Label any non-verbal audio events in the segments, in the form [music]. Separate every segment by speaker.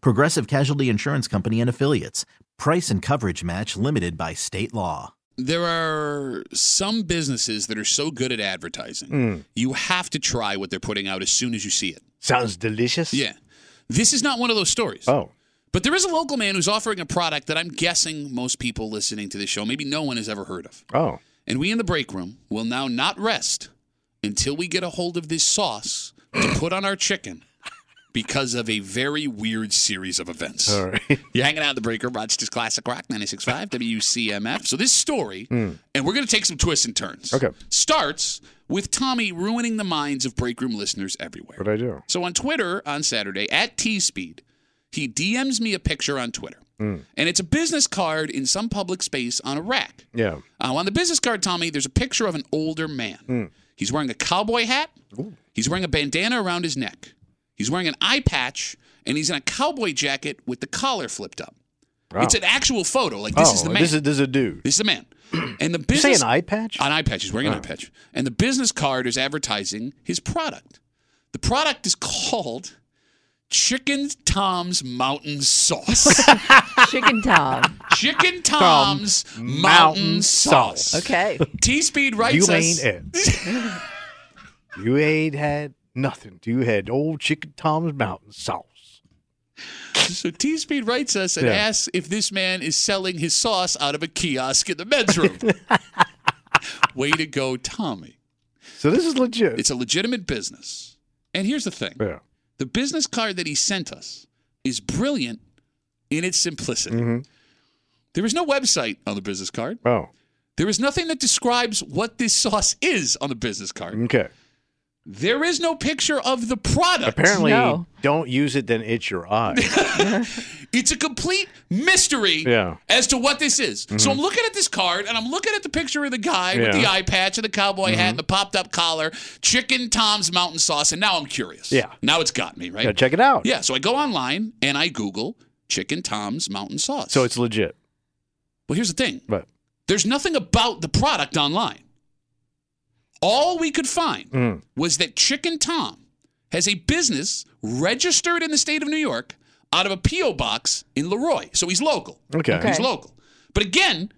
Speaker 1: Progressive Casualty Insurance Company and Affiliates. Price and coverage match limited by state law.
Speaker 2: There are some businesses that are so good at advertising, you have to try what they're putting out as soon as you see it.
Speaker 3: Sounds delicious.
Speaker 2: Yeah. This is not one of those stories.
Speaker 3: Oh.
Speaker 2: But there is a local man who's offering a product that I'm guessing most people listening to this show, maybe no one has ever heard of.
Speaker 3: Oh.
Speaker 2: And we in the break room will now not rest until we get a hold of this sauce to put on our chicken because of a very weird series of events.
Speaker 3: All right. [laughs]
Speaker 2: You're hanging out in the break room, Rochester's Classic Rock 96.5 WCMF. So this story, and we're going to take some twists and turns.
Speaker 3: Hmm. Okay.
Speaker 2: Starts with Tommy ruining the minds of break room listeners everywhere.
Speaker 3: What'd I do?
Speaker 2: So on Twitter on Saturday at T Speed, he DMs me a picture on Twitter.
Speaker 3: Mm.
Speaker 2: And it's a business card in some public space on a rack.
Speaker 3: Yeah.
Speaker 2: Uh, on the business card, Tommy, there's a picture of an older man.
Speaker 3: Mm.
Speaker 2: He's wearing a cowboy hat. He's wearing a bandana around his neck. He's wearing an eye patch, and he's in a cowboy jacket with the collar flipped up. It's an actual photo. Like this
Speaker 3: oh,
Speaker 2: is the man.
Speaker 3: This is, this is a dude.
Speaker 2: This is the
Speaker 3: [clears throat]
Speaker 2: man. And the
Speaker 3: Did you say
Speaker 2: business
Speaker 3: an eye patch?
Speaker 2: an eye patch. He's wearing an eye patch, and the business card is advertising his product. The product is called Chicken Tom's Mountain Sauce.
Speaker 4: [laughs] Chicken Tom.
Speaker 2: Chicken Tom's Mountain Sauce.
Speaker 4: Okay.
Speaker 2: T Speed
Speaker 3: you
Speaker 2: writes us.
Speaker 3: ain't it.
Speaker 2: [laughs]
Speaker 3: you ain't had nothing. You had old Chicken Tom's Mountain sauce.
Speaker 2: So T Speed writes us and
Speaker 3: Yeah.
Speaker 2: asks if this man is selling his sauce out of a kiosk in the men's room. Way to go, Tommy.
Speaker 3: So this is legit.
Speaker 2: It's a legitimate business. And here's the thing
Speaker 3: yeah.
Speaker 2: the business card that he sent us is brilliant in its simplicity.
Speaker 3: Mm-hmm.
Speaker 2: There is no website on the business card,
Speaker 3: Oh,
Speaker 2: there is nothing that describes what this sauce is on the business card.
Speaker 3: okay.
Speaker 2: There is no picture of the product.
Speaker 3: Apparently,
Speaker 4: No.
Speaker 3: don't use it, then itch your
Speaker 2: [laughs]
Speaker 3: eye.
Speaker 2: It's a complete mystery
Speaker 3: Yeah. Mm-hmm.
Speaker 2: as to what this is. So I'm looking at this card and I'm looking at the picture of the guy with
Speaker 3: Yeah. Mm-hmm.
Speaker 2: the eye patch and the cowboy hat and the popped up collar, chicken Tom's mountain sauce, and now I'm curious.
Speaker 3: Yeah.
Speaker 2: Now it's got me, right?
Speaker 3: Now check it out.
Speaker 2: Yeah. So I go online and I Google chicken Tom's mountain sauce.
Speaker 3: So it's legit.
Speaker 2: well, here's the thing
Speaker 3: But
Speaker 2: there's nothing about the product online. All we could find
Speaker 3: Mm.
Speaker 2: was that Chicken Tom has a business registered in the state of New York out of a P.O. box in Leroy. So he's local.
Speaker 3: okay.
Speaker 4: Okay.
Speaker 2: He's local. But again,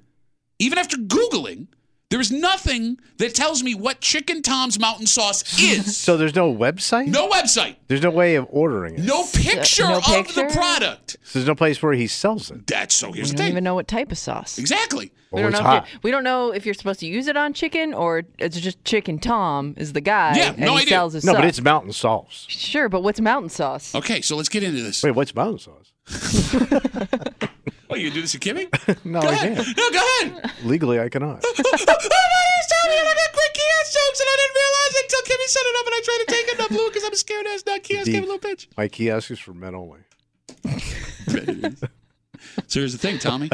Speaker 2: even after Googling, there is nothing that tells me what Chicken Tom's Mountain
Speaker 3: [laughs]
Speaker 2: Sauce is.
Speaker 3: So there's no website.
Speaker 2: no website,
Speaker 3: There's no way of ordering it.
Speaker 2: no picture
Speaker 4: no
Speaker 2: of
Speaker 4: picture?
Speaker 2: the product.
Speaker 3: So there's no place where he sells it.
Speaker 2: That's so here's
Speaker 4: We
Speaker 2: the
Speaker 4: don't
Speaker 2: thing.
Speaker 4: even know what type of sauce.
Speaker 2: Exactly.
Speaker 4: We
Speaker 3: Oh,
Speaker 4: don't,
Speaker 3: it's
Speaker 4: know
Speaker 3: hot.
Speaker 4: if you- we don't know if you're supposed to use it on chicken or it's just chicken Tom is the guy
Speaker 2: Yeah,
Speaker 4: and
Speaker 2: no
Speaker 4: he
Speaker 2: idea.
Speaker 4: sells his
Speaker 3: No,
Speaker 4: sauce.
Speaker 3: but it's mountain sauce.
Speaker 4: Sure, but what's mountain sauce?
Speaker 2: Okay, so let's get into this.
Speaker 3: Wait, what's mountain sauce?
Speaker 2: Oh, you gonna do this to [laughs] Kimmy?
Speaker 3: No,
Speaker 2: go
Speaker 3: I
Speaker 2: ahead.
Speaker 3: can't.
Speaker 2: No, go ahead.
Speaker 4: [laughs]
Speaker 2: [laughs] Oh,
Speaker 3: Legally, I cannot.
Speaker 2: Tommy, I got quick kiosk jokes and I didn't realize it until Kimmy set it up and I tried to take it up, Blue, because I'm scared as that kiosk
Speaker 3: Deep.
Speaker 2: gave a little pitch.
Speaker 3: My kiosk is for men only.
Speaker 2: so here's the thing, Tommy.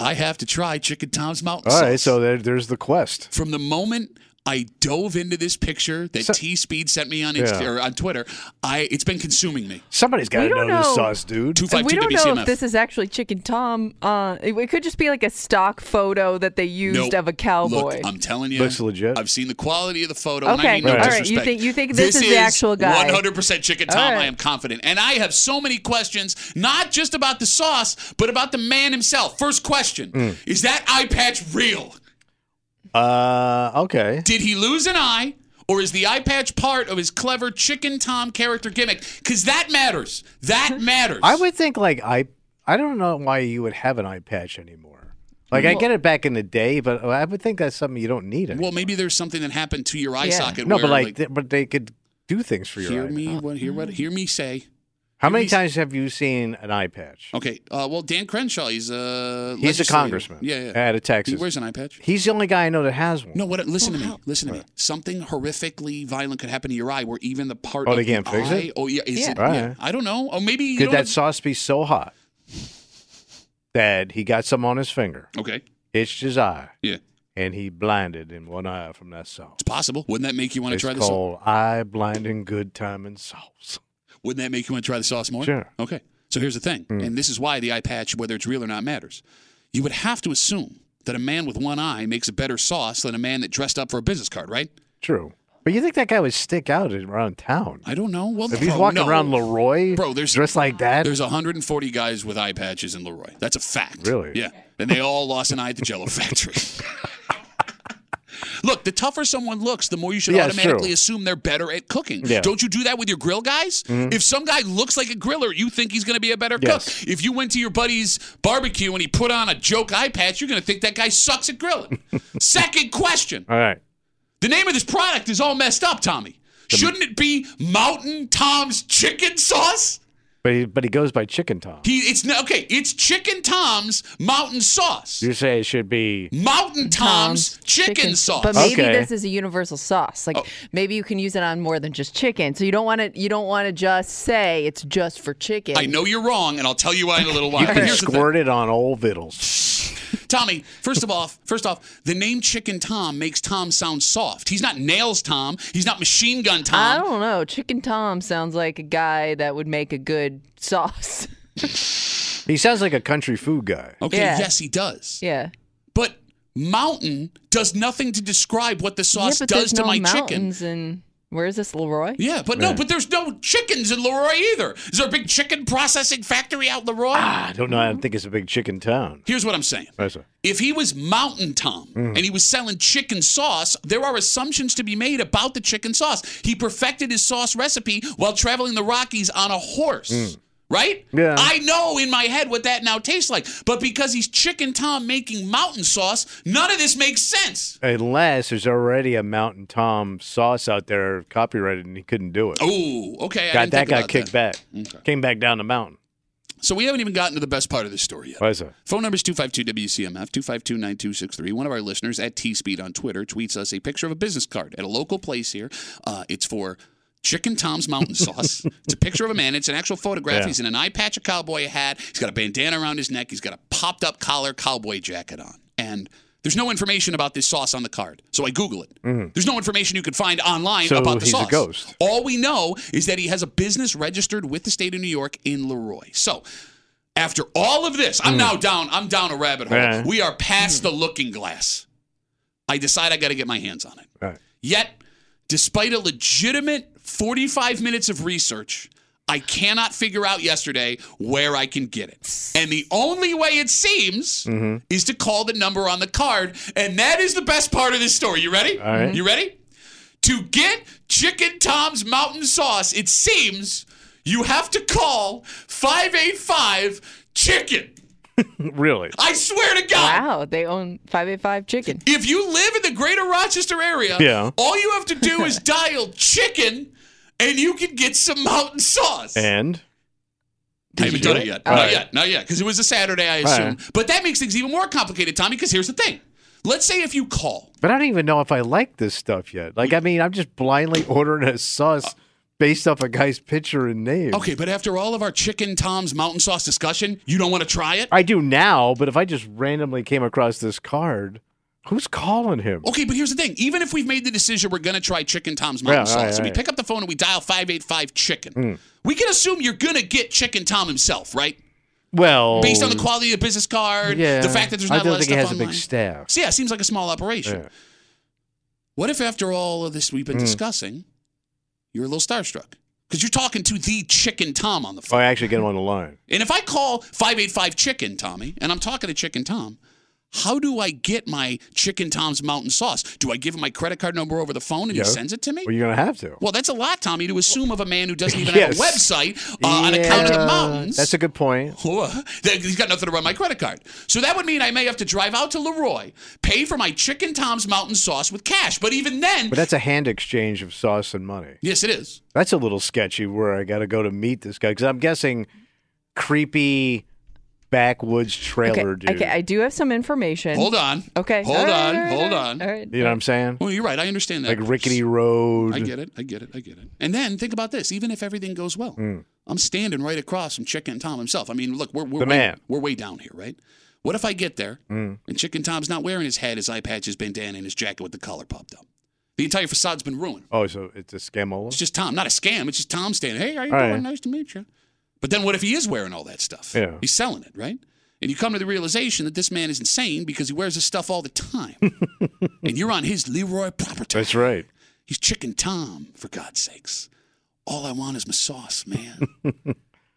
Speaker 2: I have to try Chicken Tom's Mountain
Speaker 3: All
Speaker 2: Sauce.
Speaker 3: right, so there, there's the quest.
Speaker 2: From the moment I dove into this picture that
Speaker 3: So-
Speaker 2: T Speed sent me on Insta,
Speaker 3: Yeah.
Speaker 2: or on Twitter, I it's been consuming me.
Speaker 3: Somebody's got
Speaker 4: We
Speaker 3: to know,
Speaker 4: don't
Speaker 3: this
Speaker 4: know.
Speaker 3: sauce, dude.
Speaker 2: Two five
Speaker 4: And we
Speaker 2: two
Speaker 4: don't know
Speaker 2: WCMF.
Speaker 4: if this is actually chicken Tom. Uh, it, it could just be like a stock photo that they used
Speaker 2: Nope.
Speaker 4: of a cowboy.
Speaker 2: Look, I'm telling you,
Speaker 3: Looks legit.
Speaker 2: I've seen the quality of the photo. And I
Speaker 4: Okay,
Speaker 2: mean no
Speaker 3: Right. all right, you
Speaker 2: disrespect.
Speaker 4: think- you think this is the actual guy.
Speaker 2: 100% chicken Tom.
Speaker 4: All right.
Speaker 2: I am confident, and I have so many questions, not just about the sauce, but about the man himself. First question:
Speaker 3: Mm.
Speaker 2: Is that eye patch real?
Speaker 3: Uh, okay.
Speaker 2: Did he lose an eye? Or is the eye patch part of his clever
Speaker 4: [laughs]
Speaker 2: Chicken Tom character gimmick? Because that matters. That matters.
Speaker 3: I would think like eye I don't know why you would have an eye patch anymore. Like I
Speaker 4: Well-
Speaker 3: get it back in the day, but I would think that's something you don't need anymore.
Speaker 2: Well, maybe there's something that happened to your eye
Speaker 4: Yeah.
Speaker 2: socket.
Speaker 3: no,
Speaker 2: where,
Speaker 3: but like, th- but they could do things for your
Speaker 2: hear
Speaker 3: eye.
Speaker 2: me, what, hear what, hear me say.
Speaker 3: How
Speaker 2: hear
Speaker 3: many
Speaker 2: me-
Speaker 3: times have you seen an eye patch?
Speaker 2: Okay, uh, well, Dan Crenshaw, he's a
Speaker 3: He's a
Speaker 2: legislator.
Speaker 3: congressman.
Speaker 2: Yeah, yeah.
Speaker 3: Out of
Speaker 2: He
Speaker 3: Texas.
Speaker 2: wears an eye patch.
Speaker 3: He's the only guy I know that has one.
Speaker 2: No, what? Listen to me. Listen to me. Something horrifically violent could happen to your eye, where even the part.
Speaker 3: Oh,
Speaker 2: of
Speaker 3: they
Speaker 2: the
Speaker 3: can't fix
Speaker 2: eye,
Speaker 3: it?
Speaker 2: Oh, yeah. Is
Speaker 4: Yeah.
Speaker 2: It,
Speaker 3: All
Speaker 2: yeah.
Speaker 3: right.
Speaker 2: I don't know. Oh, maybe you
Speaker 3: Could
Speaker 2: don't
Speaker 3: that
Speaker 2: have-
Speaker 3: sauce be so hot that he got some on his finger,
Speaker 2: okay.
Speaker 3: itched his eye,
Speaker 2: Yeah, it's
Speaker 3: and he blinded in one eye from that sauce?
Speaker 2: possible. Wouldn't that make you want to
Speaker 3: It's
Speaker 2: try the sauce?
Speaker 3: called eye blinding good time and sauce.
Speaker 2: Wouldn't that make you want to try the sauce more?
Speaker 3: Sure. Hmm.
Speaker 2: Okay. So here's the thing, and this is why the eye patch, whether it's real or not, matters. You would have to assume that a man with one eye makes a better sauce than a man that dressed up for a business card, right?
Speaker 3: True, but you think that guy would stick out around town?
Speaker 2: I don't know. Well,
Speaker 3: If he's
Speaker 2: bro,
Speaker 3: walking
Speaker 2: no.
Speaker 3: around Leroy,
Speaker 2: Bro, there's-
Speaker 3: dressed like that.
Speaker 2: There's 140 guys with eye patches in Leroy. That's a fact.
Speaker 3: Really?
Speaker 2: Yeah. And they all lost an eye at the Jello
Speaker 3: [laughs]
Speaker 2: factory. Look, the tougher someone looks, the more you should
Speaker 3: Yeah, it's
Speaker 2: automatically
Speaker 3: true.
Speaker 2: assume they're better at cooking.
Speaker 3: Yeah. Mm-hmm.
Speaker 2: Don't you do that with your grill guys? If some guy looks like a griller, you think he's going to be a better
Speaker 3: Yes.
Speaker 2: cook. If you went to your buddy's barbecue and he put on a joke eye patch, you're going to think that guy sucks at grilling.
Speaker 3: [laughs]
Speaker 2: Second question.
Speaker 3: All right,
Speaker 2: The name of this product is all messed up, Tommy. Shouldn't it be Mountain Tom's chicken sauce?
Speaker 3: but he, but he goes by Chicken Tom.
Speaker 2: He it's not okay. It's Chicken Tom's Mountain Sauce.
Speaker 3: You say it should be
Speaker 2: Mountain Tom's, chicken, sauce. Oh.
Speaker 4: But maybe
Speaker 3: Okay.
Speaker 4: this is a universal sauce. Like maybe you can use it on more than just chicken. So you don't want to you don't want to just say it's just for chicken.
Speaker 2: I know you're wrong, and I'll tell you why in a little while.
Speaker 3: you can
Speaker 2: Here's the thing.
Speaker 3: squirt it on old vittles.
Speaker 2: Tommy, first of all, first off, the name Chicken Tom makes Tom sound soft. He's not Nails Tom. He's not Machine Gun Tom.
Speaker 4: I don't know. Chicken Tom sounds like a guy that would make a good sauce. [laughs]
Speaker 3: He sounds like a country food guy.
Speaker 2: Okay,
Speaker 4: Oh, Yeah.
Speaker 2: yes, he does.
Speaker 4: yeah.
Speaker 2: But Mountain does nothing to describe what the sauce
Speaker 4: yeah, but
Speaker 2: does
Speaker 4: there's
Speaker 2: to
Speaker 4: no
Speaker 2: my chicken.
Speaker 4: mountains And where is this, Leroy?
Speaker 2: Yeah, but no, but there's no chickens in Leroy either. Is there a big chicken processing factory out in Leroy?
Speaker 3: Ah, I don't know. I don't think it's a big chicken town.
Speaker 2: Here's what I'm saying.
Speaker 3: That's a-
Speaker 2: If he was Mountain Tom
Speaker 3: Mm.
Speaker 2: and he was selling chicken sauce, there are assumptions to be made about the chicken sauce. He perfected his sauce recipe while traveling the Rockies on a horse. Right?
Speaker 3: Mm. Yeah.
Speaker 2: I know in my head what that now tastes like. But because he's Chicken Tom making mountain sauce, none of this makes sense.
Speaker 3: Unless there's already a Mountain Tom sauce out there copyrighted and he couldn't do it.
Speaker 2: Oh, okay. I
Speaker 3: Got-
Speaker 2: didn't
Speaker 3: that
Speaker 2: think
Speaker 3: got
Speaker 2: about
Speaker 3: kicked back. Came back down the mountain.
Speaker 2: So we haven't even gotten to the best part of this story yet.
Speaker 3: Why is that?
Speaker 2: Phone number is 252-WCMF, 252-9263. One of our listeners at T-Speed on Twitter tweets us a picture of a business card at a local place here. Uh, it's for Chicken Tom's
Speaker 3: [laughs]
Speaker 2: Mountain Sauce. it's a picture of a man. It's an actual photograph.
Speaker 3: Yeah.
Speaker 2: He's in an eye patch, a cowboy hat. He's got a bandana around his neck. He's got a popped-up collar cowboy jacket on. And there's no information about this sauce on the card. So I Google it. There's no information you can find online
Speaker 3: Mm-hmm. So
Speaker 2: about the
Speaker 3: he's a
Speaker 2: sauce.
Speaker 3: ghost.
Speaker 2: All we know is that he has a business registered with the state of New York in Leroy. So after all of this,
Speaker 3: Mm.
Speaker 2: I'm now down. I'm down a rabbit hole.
Speaker 3: Yeah.
Speaker 2: We are past the looking glass. I decide I got to get my hands on it.
Speaker 3: Right.
Speaker 2: Yet, despite a legitimate 45 minutes of research, I cannot figure out yesterday where I can get it. And the only way it seems
Speaker 3: Mm-hmm.
Speaker 2: is to call the number on the card. And that is the best part of this story. You ready?
Speaker 3: All right.
Speaker 2: You ready? To get Chicken Tom's Mountain Sauce, it seems you have to call 585 Chicken.
Speaker 3: [laughs] Really?
Speaker 2: I swear to God.
Speaker 4: Wow, they own 585 chicken.
Speaker 2: If you live in the greater Rochester area,
Speaker 3: Yeah.
Speaker 2: all you have to do is dial chicken and you can get some mountain sauce.
Speaker 3: And
Speaker 2: I haven't
Speaker 3: you
Speaker 2: done
Speaker 3: do
Speaker 2: it
Speaker 3: it?
Speaker 2: yet.
Speaker 3: All
Speaker 2: not
Speaker 3: right.
Speaker 2: yet. Not yet. Because it was a Saturday, I
Speaker 3: All
Speaker 2: assume.
Speaker 3: right.
Speaker 2: But that makes things even more complicated, Tommy, because here's the thing. Let's say if you call.
Speaker 3: but I don't even know if I like this stuff yet. Like I mean, I'm just blindly [laughs] ordering a sauce based off a guy's picture and name.
Speaker 2: Okay, but after all of our Chicken Tom's mountain sauce discussion, you don't want to try it?
Speaker 3: I do now, but if I just randomly came across this card, who's calling him?
Speaker 2: Okay, but here's the thing. Even if we've made the decision we're going to try Chicken Tom's mountain
Speaker 3: Yeah,
Speaker 2: sauce,
Speaker 3: right,
Speaker 2: and we
Speaker 3: right. Hmm.
Speaker 2: pick up the phone and we dial 585 Chicken, we can assume you're going to get Chicken Tom himself, right?
Speaker 3: Well,
Speaker 2: based on the quality of the business card,
Speaker 3: Oh. yeah,
Speaker 2: the fact that there's
Speaker 3: I
Speaker 2: not a
Speaker 3: don't
Speaker 2: lot of
Speaker 3: think he
Speaker 2: stuff
Speaker 3: has
Speaker 2: online.
Speaker 3: a big staff.
Speaker 2: So yeah, it seems like a small operation.
Speaker 3: Yeah. Hmm.
Speaker 2: What if after all of this we've been discussing, you're a little starstruck because you're talking to the Chicken Tom on the
Speaker 3: Oh,
Speaker 2: phone.
Speaker 3: I actually get him on the line.
Speaker 2: And if I call 585 Chicken Tommy and I'm talking to Chicken Tom, How do I get my Chicken Tom's Mountain Sauce? Do I give him my credit card number over the phone and
Speaker 3: Yeah.
Speaker 2: he sends it to me?
Speaker 3: Well, you're gonna have to.
Speaker 2: Well, that's a lot, Tommy, to assume of a man who doesn't even
Speaker 3: [laughs] Yes.
Speaker 2: have a website uh, on account of the
Speaker 3: Yeah,
Speaker 2: mountains.
Speaker 3: That's a good point.
Speaker 2: [laughs] Whoa, that- He's got nothing to run my credit card. So that would mean I may have to drive out to Leroy, pay for my Chicken Tom's Mountain Sauce with cash. But even then,
Speaker 3: But that's a hand exchange of sauce and money.
Speaker 2: yes, it is.
Speaker 3: That's a little sketchy. Where I got to go to meet this guy because I'm guessing creepy backwoods trailer
Speaker 4: okay,
Speaker 3: dude.
Speaker 4: okay, I do have some information.
Speaker 2: Hold on.
Speaker 4: Okay.
Speaker 2: Hold
Speaker 4: all right,
Speaker 2: on.
Speaker 4: all right,
Speaker 2: hold
Speaker 4: all right,
Speaker 2: on.
Speaker 4: All right.
Speaker 3: you know what I'm saying?
Speaker 2: Well, you're right. I understand that.
Speaker 3: Like rickety road.
Speaker 2: I get it. I get it. I get it. And then think about this. Even if everything goes well,
Speaker 3: Mm.
Speaker 2: I'm standing right across from Chicken Tom himself. I mean, look, we're we're
Speaker 3: The
Speaker 2: way,
Speaker 3: man. Mm.
Speaker 2: we're way down here, right? What if I get there and Chicken Tom's not wearing his hat, his eye patch, his bandana, and his jacket with the collar popped up? The entire facade's been ruined.
Speaker 3: Oh, so it's a scamola.
Speaker 2: It's just Tom, not a scam. It's just Tom standing. Hey, how you
Speaker 3: All
Speaker 2: doing?
Speaker 3: right.
Speaker 2: Nice to meet you. But then what if he is wearing all that stuff?
Speaker 3: Yeah.
Speaker 2: He's selling it, right? And you come to the realization that this man is insane because he wears this stuff all the
Speaker 3: [laughs]
Speaker 2: time. and you're on his Leroy property.
Speaker 3: That's right.
Speaker 2: He's Chicken Tom, for God's sakes. All I want is my sauce,
Speaker 3: [laughs]
Speaker 2: man. All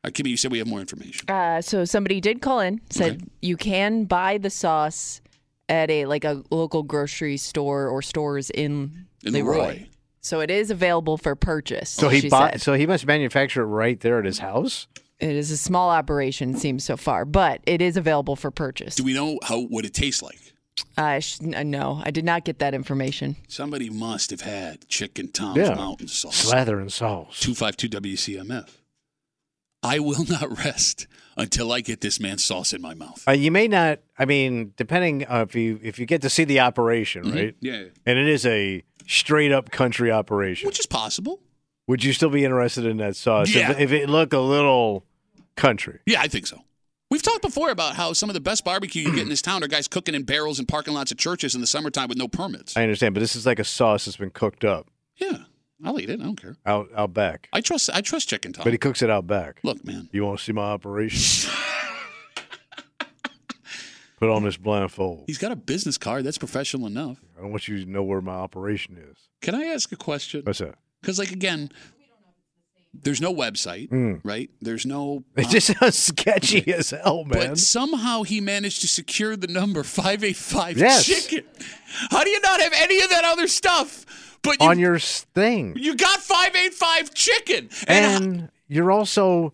Speaker 2: right, Kimmy, you said we have more information.
Speaker 4: Uh, so somebody did call in, said you can buy the sauce at a like a local grocery store or stores in,
Speaker 2: In
Speaker 4: Leroy.
Speaker 2: Leroy.
Speaker 4: So it is available for purchase.
Speaker 3: So he
Speaker 4: she
Speaker 3: bought.
Speaker 4: said.
Speaker 3: So he must manufacture it right there at his house.
Speaker 4: It is a small operation, it seems so far, but it is available for purchase.
Speaker 2: Do we know how what it tastes like?
Speaker 4: uh, sh- n- no, I did not get that information.
Speaker 2: Somebody must have had Chicken Tom's
Speaker 3: Yeah.
Speaker 2: mountain sauce.
Speaker 3: Slather and sauce.
Speaker 2: 252 WCMF. I will [laughs] not rest until I get this man's sauce in my mouth.
Speaker 3: Uh, you may not. I mean, depending uh, if you if you get to see the operation, right?
Speaker 2: Mm-hmm. Yeah.
Speaker 3: And it is a straight up country operation.
Speaker 2: Which is possible.
Speaker 3: Would you still be interested in that sauce
Speaker 2: Yeah.
Speaker 3: if, if it looked a little country?
Speaker 2: Yeah, I think so. We've talked before about how some of the best barbecue you get in this town are guys cooking in barrels and parking lots of churches in the summertime with no permits.
Speaker 3: I understand, but this is like a sauce that's been cooked up
Speaker 2: yeah, I'll eat it. I don't care.
Speaker 3: out out back.
Speaker 2: I trust. I trust chicken Tom.
Speaker 3: But he cooks it out back.
Speaker 2: Look, man.
Speaker 3: You want to see
Speaker 2: [laughs]
Speaker 3: my operation? Put on this blindfold.
Speaker 2: He's got a business card. That's professional enough.
Speaker 3: I don't want you to know where my operation is.
Speaker 2: Can I ask a question?
Speaker 3: What's that?
Speaker 2: Because, like, again, there's no website, right? There's no. uh,
Speaker 3: It Hmm. just sounds sketchy as hell, man.
Speaker 2: But somehow he managed to secure the number 585
Speaker 3: Yes.
Speaker 2: chicken. How do you not have any of that other stuff? But you,
Speaker 3: on your s- thing,
Speaker 2: you got 585 chicken. And,
Speaker 3: and you're also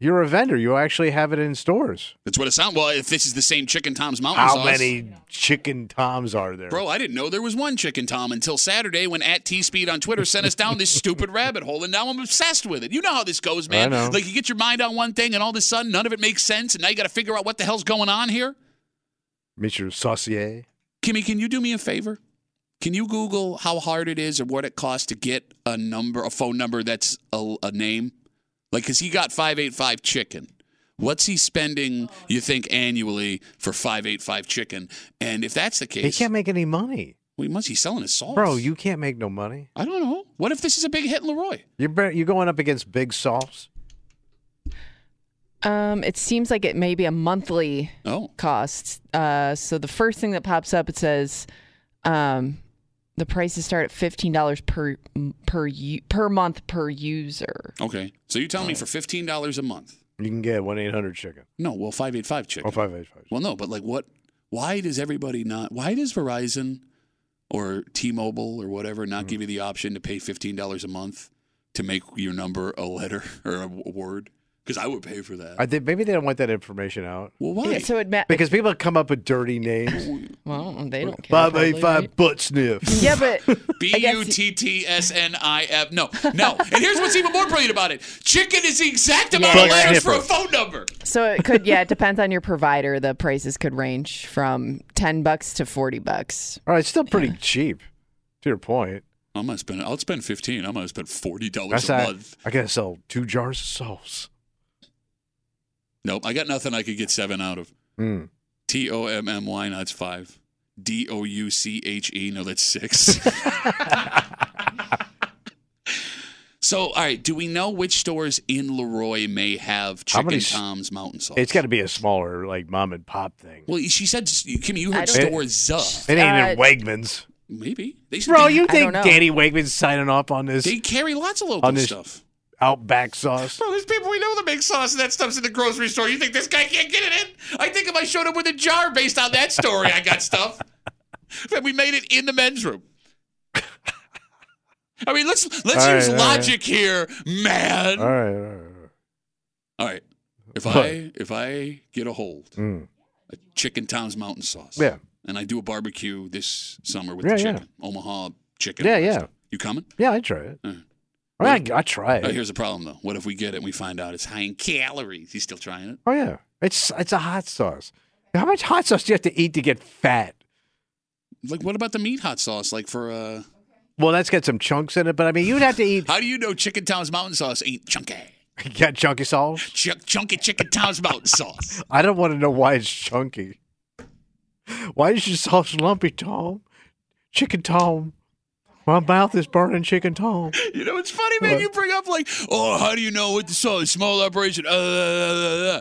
Speaker 3: you're a vendor. You actually have it in stores.
Speaker 2: that's what it sounds Well, if this is the same chicken Tom's Mountain
Speaker 3: How
Speaker 2: Oh, sauce-
Speaker 3: many chicken toms are there?
Speaker 2: Bro, I didn't know there was one chicken Tom until Saturday when at T Speed on Twitter sent us
Speaker 3: [laughs]
Speaker 2: down this stupid rabbit hole, and now I'm obsessed with it. You know how this goes, man.
Speaker 3: know.
Speaker 2: Like you get your mind on one thing, and all of a sudden none of it makes sense, and now you got to figure out what the hell's going on here.
Speaker 3: Mr. Saucier.
Speaker 2: Kimmy, can you do me a favor? Can you Google how hard it is or what it costs to get a number, a phone number that's a, a name? Like, because he got 585 chicken. What's he spending, you think, annually for 585 chicken? And if that's the
Speaker 3: He
Speaker 2: case,
Speaker 3: can't make any money.
Speaker 2: we must he's selling his sauce.
Speaker 3: Bro, you can't make no money.
Speaker 2: I don't know. What if this is a big hit in Leroy?
Speaker 3: You're be- you're going up against big sauce.
Speaker 4: Um, it seems like it may be a monthly
Speaker 2: Oh,
Speaker 4: cost. Uh, so the first thing that pops up, it says um, the prices start at fifteen dollars per per u- per month per user.
Speaker 2: okay. So you tell me for fifteen dollars a month?
Speaker 3: You can get one eight hundred chicken.
Speaker 2: No, well, five eight five chicken.
Speaker 3: Oh, five eight five.
Speaker 2: Well, no, but like what? Why does everybody not? Why does Verizon or T-Mobile or whatever
Speaker 3: Mm-hmm.
Speaker 2: not give you the option to pay fifteen dollars a month to make your number a letter [laughs] or a w- word? Because I would pay for that.
Speaker 3: I think maybe they don't want that information out
Speaker 2: well, why?
Speaker 4: Yeah, so it ma-
Speaker 3: because people come up with dirty [laughs] names.
Speaker 4: well they don't care.
Speaker 3: Five
Speaker 4: probably,
Speaker 3: eight five
Speaker 4: right?
Speaker 3: butt sniff.
Speaker 4: Yeah, but
Speaker 2: B U T T S N I F. No, no. and here's what's even more brilliant about it: chicken is the exact amount
Speaker 3: Yeah.
Speaker 2: of letters for a
Speaker 3: Sniffer.
Speaker 2: phone number.
Speaker 4: So it could, yeah, it depends on your provider. The prices could range from ten bucks to forty bucks.
Speaker 3: All right, it's still pretty cheap. To your point,
Speaker 2: I'm gonna spend. I'll spend fifteen. I'm gonna spend forty dollars
Speaker 3: that's
Speaker 2: a
Speaker 3: not,
Speaker 2: month.
Speaker 3: I gotta sell two jars of sauce.
Speaker 2: Nope, I got nothing I could get seven out of.
Speaker 3: Mm.
Speaker 2: T O M M Y, no, that's five. D O U C H E, no, that's
Speaker 3: [laughs]
Speaker 2: six. so, all right, do we know which stores in Leroy may have
Speaker 3: How
Speaker 2: Chicken
Speaker 3: many s-
Speaker 2: Tom's Mountain Sauce?
Speaker 3: It's got to be a smaller like mom and pop thing.
Speaker 2: Well, she said, Kimmy, you
Speaker 4: I
Speaker 2: heard
Speaker 4: don't-
Speaker 2: stores up.
Speaker 3: It ain't in
Speaker 4: Uh,
Speaker 3: Wegmans,
Speaker 2: Maybe. They,
Speaker 3: bro.
Speaker 2: they,
Speaker 3: You
Speaker 4: I
Speaker 3: think
Speaker 4: don't know.
Speaker 3: Danny Wegman's signing off on this
Speaker 2: they carry lots of local
Speaker 3: On this-
Speaker 2: stuff.
Speaker 3: Outback sauce?
Speaker 2: Bro, there's people we know that make sauce and that stuff's in the grocery store. You think this guy can't get it in? I think if I showed up with a jar based on that story? I got stuff. [laughs] But we made it in the men's room. [laughs] I mean, let's let's
Speaker 3: All right,
Speaker 2: use
Speaker 3: all right.
Speaker 2: logic here, man.
Speaker 3: All right. All right. all right.
Speaker 2: All right. If
Speaker 3: What?
Speaker 2: I if I get a hold
Speaker 3: Mm.
Speaker 2: a chicken Tom's Mountain Sauce,
Speaker 3: Yeah.
Speaker 2: and I do a barbecue this summer with
Speaker 3: Yeah,
Speaker 2: the
Speaker 3: yeah.
Speaker 2: chicken, Omaha chicken.
Speaker 3: Yeah,
Speaker 2: all that
Speaker 3: yeah.
Speaker 2: stuff. You coming?
Speaker 3: Yeah, I try it.
Speaker 2: Mm.
Speaker 3: I, mean, I, I try
Speaker 2: Oh,
Speaker 3: it.
Speaker 2: here's the problem though. What if we get it and we find out it's high in calories? He's still trying it.
Speaker 3: Oh yeah, it's it's a hot sauce. How much hot sauce do you have to eat to get fat?
Speaker 2: Like, what about the meat hot sauce? Like for uh,
Speaker 3: Well, that's got some chunks in it, but I mean, you'd have
Speaker 2: [laughs]
Speaker 3: to eat. [laughs]
Speaker 2: how do you know chicken Tom's Mountain Sauce ain't chunky?
Speaker 3: you got chunky sauce.
Speaker 2: Ch- chunky chicken Tom's Mountain Sauce.
Speaker 3: I don't want to know why it's chunky. Why is your sauce lumpy, Tom? Chicken Tom. My mouth is burning, Chicken Tom.
Speaker 2: [laughs] You know, it's funny, man. You bring up like, oh, how do you know what the sauce? Small operation. Uh, uh, uh, uh.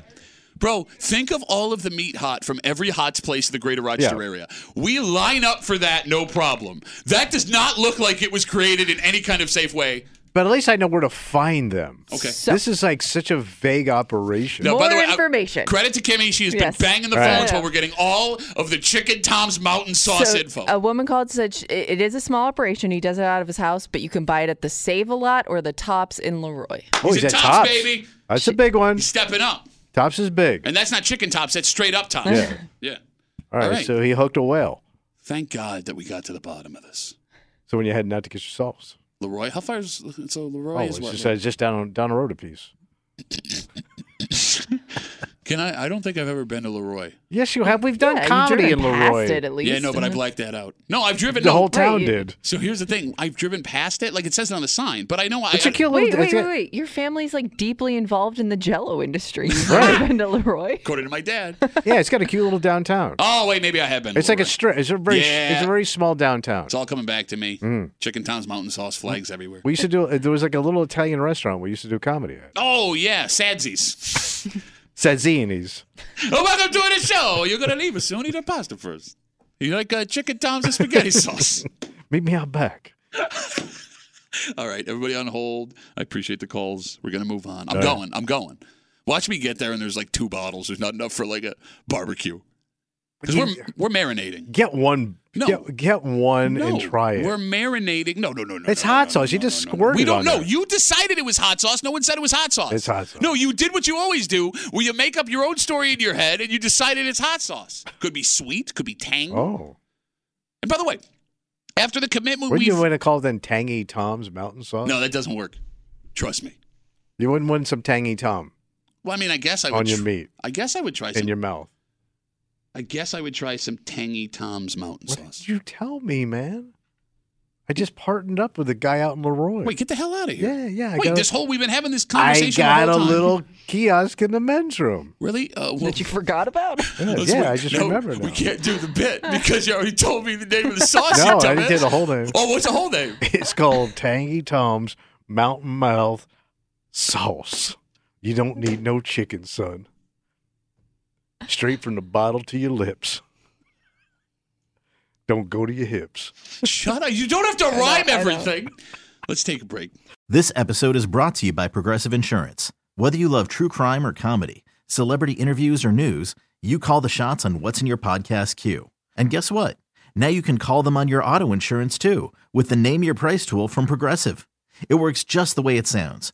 Speaker 2: Bro, think of all of the meat hot from every hot's place in the greater Rochester
Speaker 3: Yeah.
Speaker 2: area. We line up for that, no problem. That does not look like it was created in any kind of safe way.
Speaker 3: But at least I know where to find them.
Speaker 2: Okay.
Speaker 4: So-
Speaker 3: this is like such a vague operation.
Speaker 2: No,
Speaker 4: More
Speaker 2: by the way, I-
Speaker 4: information.
Speaker 2: Credit to Kimmy. She has
Speaker 4: Yes.
Speaker 2: been banging the
Speaker 3: All right.
Speaker 2: phones while we're getting all of the Chicken Tom's Mountain Sauce
Speaker 4: So, uh,
Speaker 2: info.
Speaker 4: A woman called said sh- it it is a small operation. He does it out of his house, but you can buy it at the Save a Lot or the Tops in Leroy.
Speaker 3: Oh,
Speaker 2: He's
Speaker 3: he's
Speaker 2: at
Speaker 3: at
Speaker 2: Tops,
Speaker 3: Tops.
Speaker 2: baby.
Speaker 3: That's a big one.
Speaker 2: He's stepping up.
Speaker 3: Tops is big.
Speaker 2: And that's not Chicken Tops, that's straight up Tops.
Speaker 3: Yeah.
Speaker 2: yeah.
Speaker 3: All right,
Speaker 2: all right.
Speaker 3: so he hooked a whale.
Speaker 2: Thank God that we got to the bottom of this.
Speaker 3: So when you're heading out to get your sauce,
Speaker 2: Leroy, how far is so Leroy
Speaker 3: oh,
Speaker 2: is
Speaker 3: it's
Speaker 2: what?
Speaker 3: just, uh, just down down the road a piece.
Speaker 2: Can I? I don't think I've ever been to Leroy.
Speaker 3: Yes, you have. We've done
Speaker 4: Yeah, you've
Speaker 3: comedy in
Speaker 4: driven past
Speaker 3: Leroy.
Speaker 4: it at least.
Speaker 2: yeah, no, but I
Speaker 4: and-
Speaker 2: blacked that out. No, I've driven
Speaker 3: the
Speaker 2: no.
Speaker 3: whole town
Speaker 4: you-
Speaker 3: did.
Speaker 2: So here's the thing: I've driven past it, like it says it on the sign, but I know I.
Speaker 3: It's a
Speaker 2: I
Speaker 3: cute little.
Speaker 4: Wait, wait,
Speaker 3: it's a-
Speaker 4: wait, wait! Your family's like deeply involved in the
Speaker 3: [laughs]
Speaker 4: Jello industry. You've
Speaker 3: Right.
Speaker 4: never been to Leroy.
Speaker 2: according to my dad. [laughs]
Speaker 3: [laughs] Yeah, it's got a cute little downtown.
Speaker 2: Oh wait, maybe I have been. to
Speaker 3: it's like a
Speaker 2: Leroy.
Speaker 3: strip. It's a very,
Speaker 2: Yeah.
Speaker 3: it's a very small downtown.
Speaker 2: It's all coming back to me.
Speaker 3: Mm.
Speaker 2: Chicken Tom's Mountain Sauce flags everywhere.
Speaker 3: We used to do. There was like a little Italian restaurant we used to do comedy at.
Speaker 2: Oh yeah, Sadsies. [laughs]
Speaker 3: Sazzini's.
Speaker 2: oh, welcome to the show. You're gonna leave us soon. Eat a pasta first. You like uh, chicken Tom's and spaghetti [laughs] sauce.
Speaker 3: Meet me out back.
Speaker 2: All right, everybody on hold. I appreciate the calls. We're gonna move on. I'm going. I'm going. Watch me get there, and there's like two bottles. There's not enough for like a barbecue. Because we're we're marinating.
Speaker 3: Get one.
Speaker 2: No.
Speaker 3: Get, get one
Speaker 2: No,
Speaker 3: and try it.
Speaker 2: We're marinating. No, no, no, no.
Speaker 3: It's
Speaker 2: no,
Speaker 3: hot
Speaker 2: no,
Speaker 3: sauce.
Speaker 2: no,
Speaker 3: You
Speaker 2: no,
Speaker 3: just
Speaker 2: no, no.
Speaker 3: squirt
Speaker 2: We
Speaker 3: it
Speaker 2: don't
Speaker 3: on
Speaker 2: know.
Speaker 3: there.
Speaker 2: You decided it was hot sauce. No one said it was hot sauce.
Speaker 3: It's hot sauce.
Speaker 2: No, you did what you always do, where you make up your own story in your head, and you decided it's hot sauce. Could be sweet. Could be tangy.
Speaker 3: Oh,
Speaker 2: And by the way, after the commitment,
Speaker 3: wouldn't
Speaker 2: we
Speaker 3: you want to call them Tangy Tom's Mountain Sauce?
Speaker 2: no, that doesn't work. Trust me.
Speaker 3: you wouldn't want some Tangy Tom
Speaker 2: Well, I mean, I guess I would
Speaker 3: on your
Speaker 2: tr-
Speaker 3: meat
Speaker 2: I guess I would try
Speaker 3: in
Speaker 2: some.
Speaker 3: your mouth.
Speaker 2: I guess I would try some tangy Tom's Mountain
Speaker 3: What
Speaker 2: Sauce.
Speaker 3: did you tell me, man? I just partnered up with a guy out in Leroy.
Speaker 2: Wait, get the hell out of here!
Speaker 3: yeah, yeah. I
Speaker 2: Wait,
Speaker 3: got,
Speaker 2: this whole we've been having this
Speaker 3: I
Speaker 2: conversation. the
Speaker 3: got a
Speaker 2: whole time.
Speaker 3: little kiosk in the men's room.
Speaker 2: Really? Uh, well,
Speaker 4: [laughs] That you forgot about?
Speaker 3: Yeah,
Speaker 2: [laughs] let's
Speaker 3: yeah,
Speaker 2: wait.
Speaker 3: I just
Speaker 2: No,
Speaker 3: remember now.
Speaker 2: We can't do the bit because you already told me the name of the sauce.
Speaker 3: No,
Speaker 2: you
Speaker 3: I didn't
Speaker 2: dumbass.
Speaker 3: do the whole name.
Speaker 2: Oh, what's the whole name?
Speaker 3: [laughs] It's called Tangy Tom's Mountain Mouth Sauce. You don't need no chicken, son. Straight from the bottle to your lips. Don't go to your hips.
Speaker 2: Shut up! You don't have
Speaker 3: [laughs]
Speaker 2: to rhyme everything. Let's take a break.
Speaker 1: This episode is brought to you by Progressive Insurance. Whether you love true crime or comedy, celebrity interviews or news, you call the shots on what's in your podcast queue. And guess what? Now you can call them on your auto insurance too with the Name Your Price tool from Progressive. It works just the way it sounds.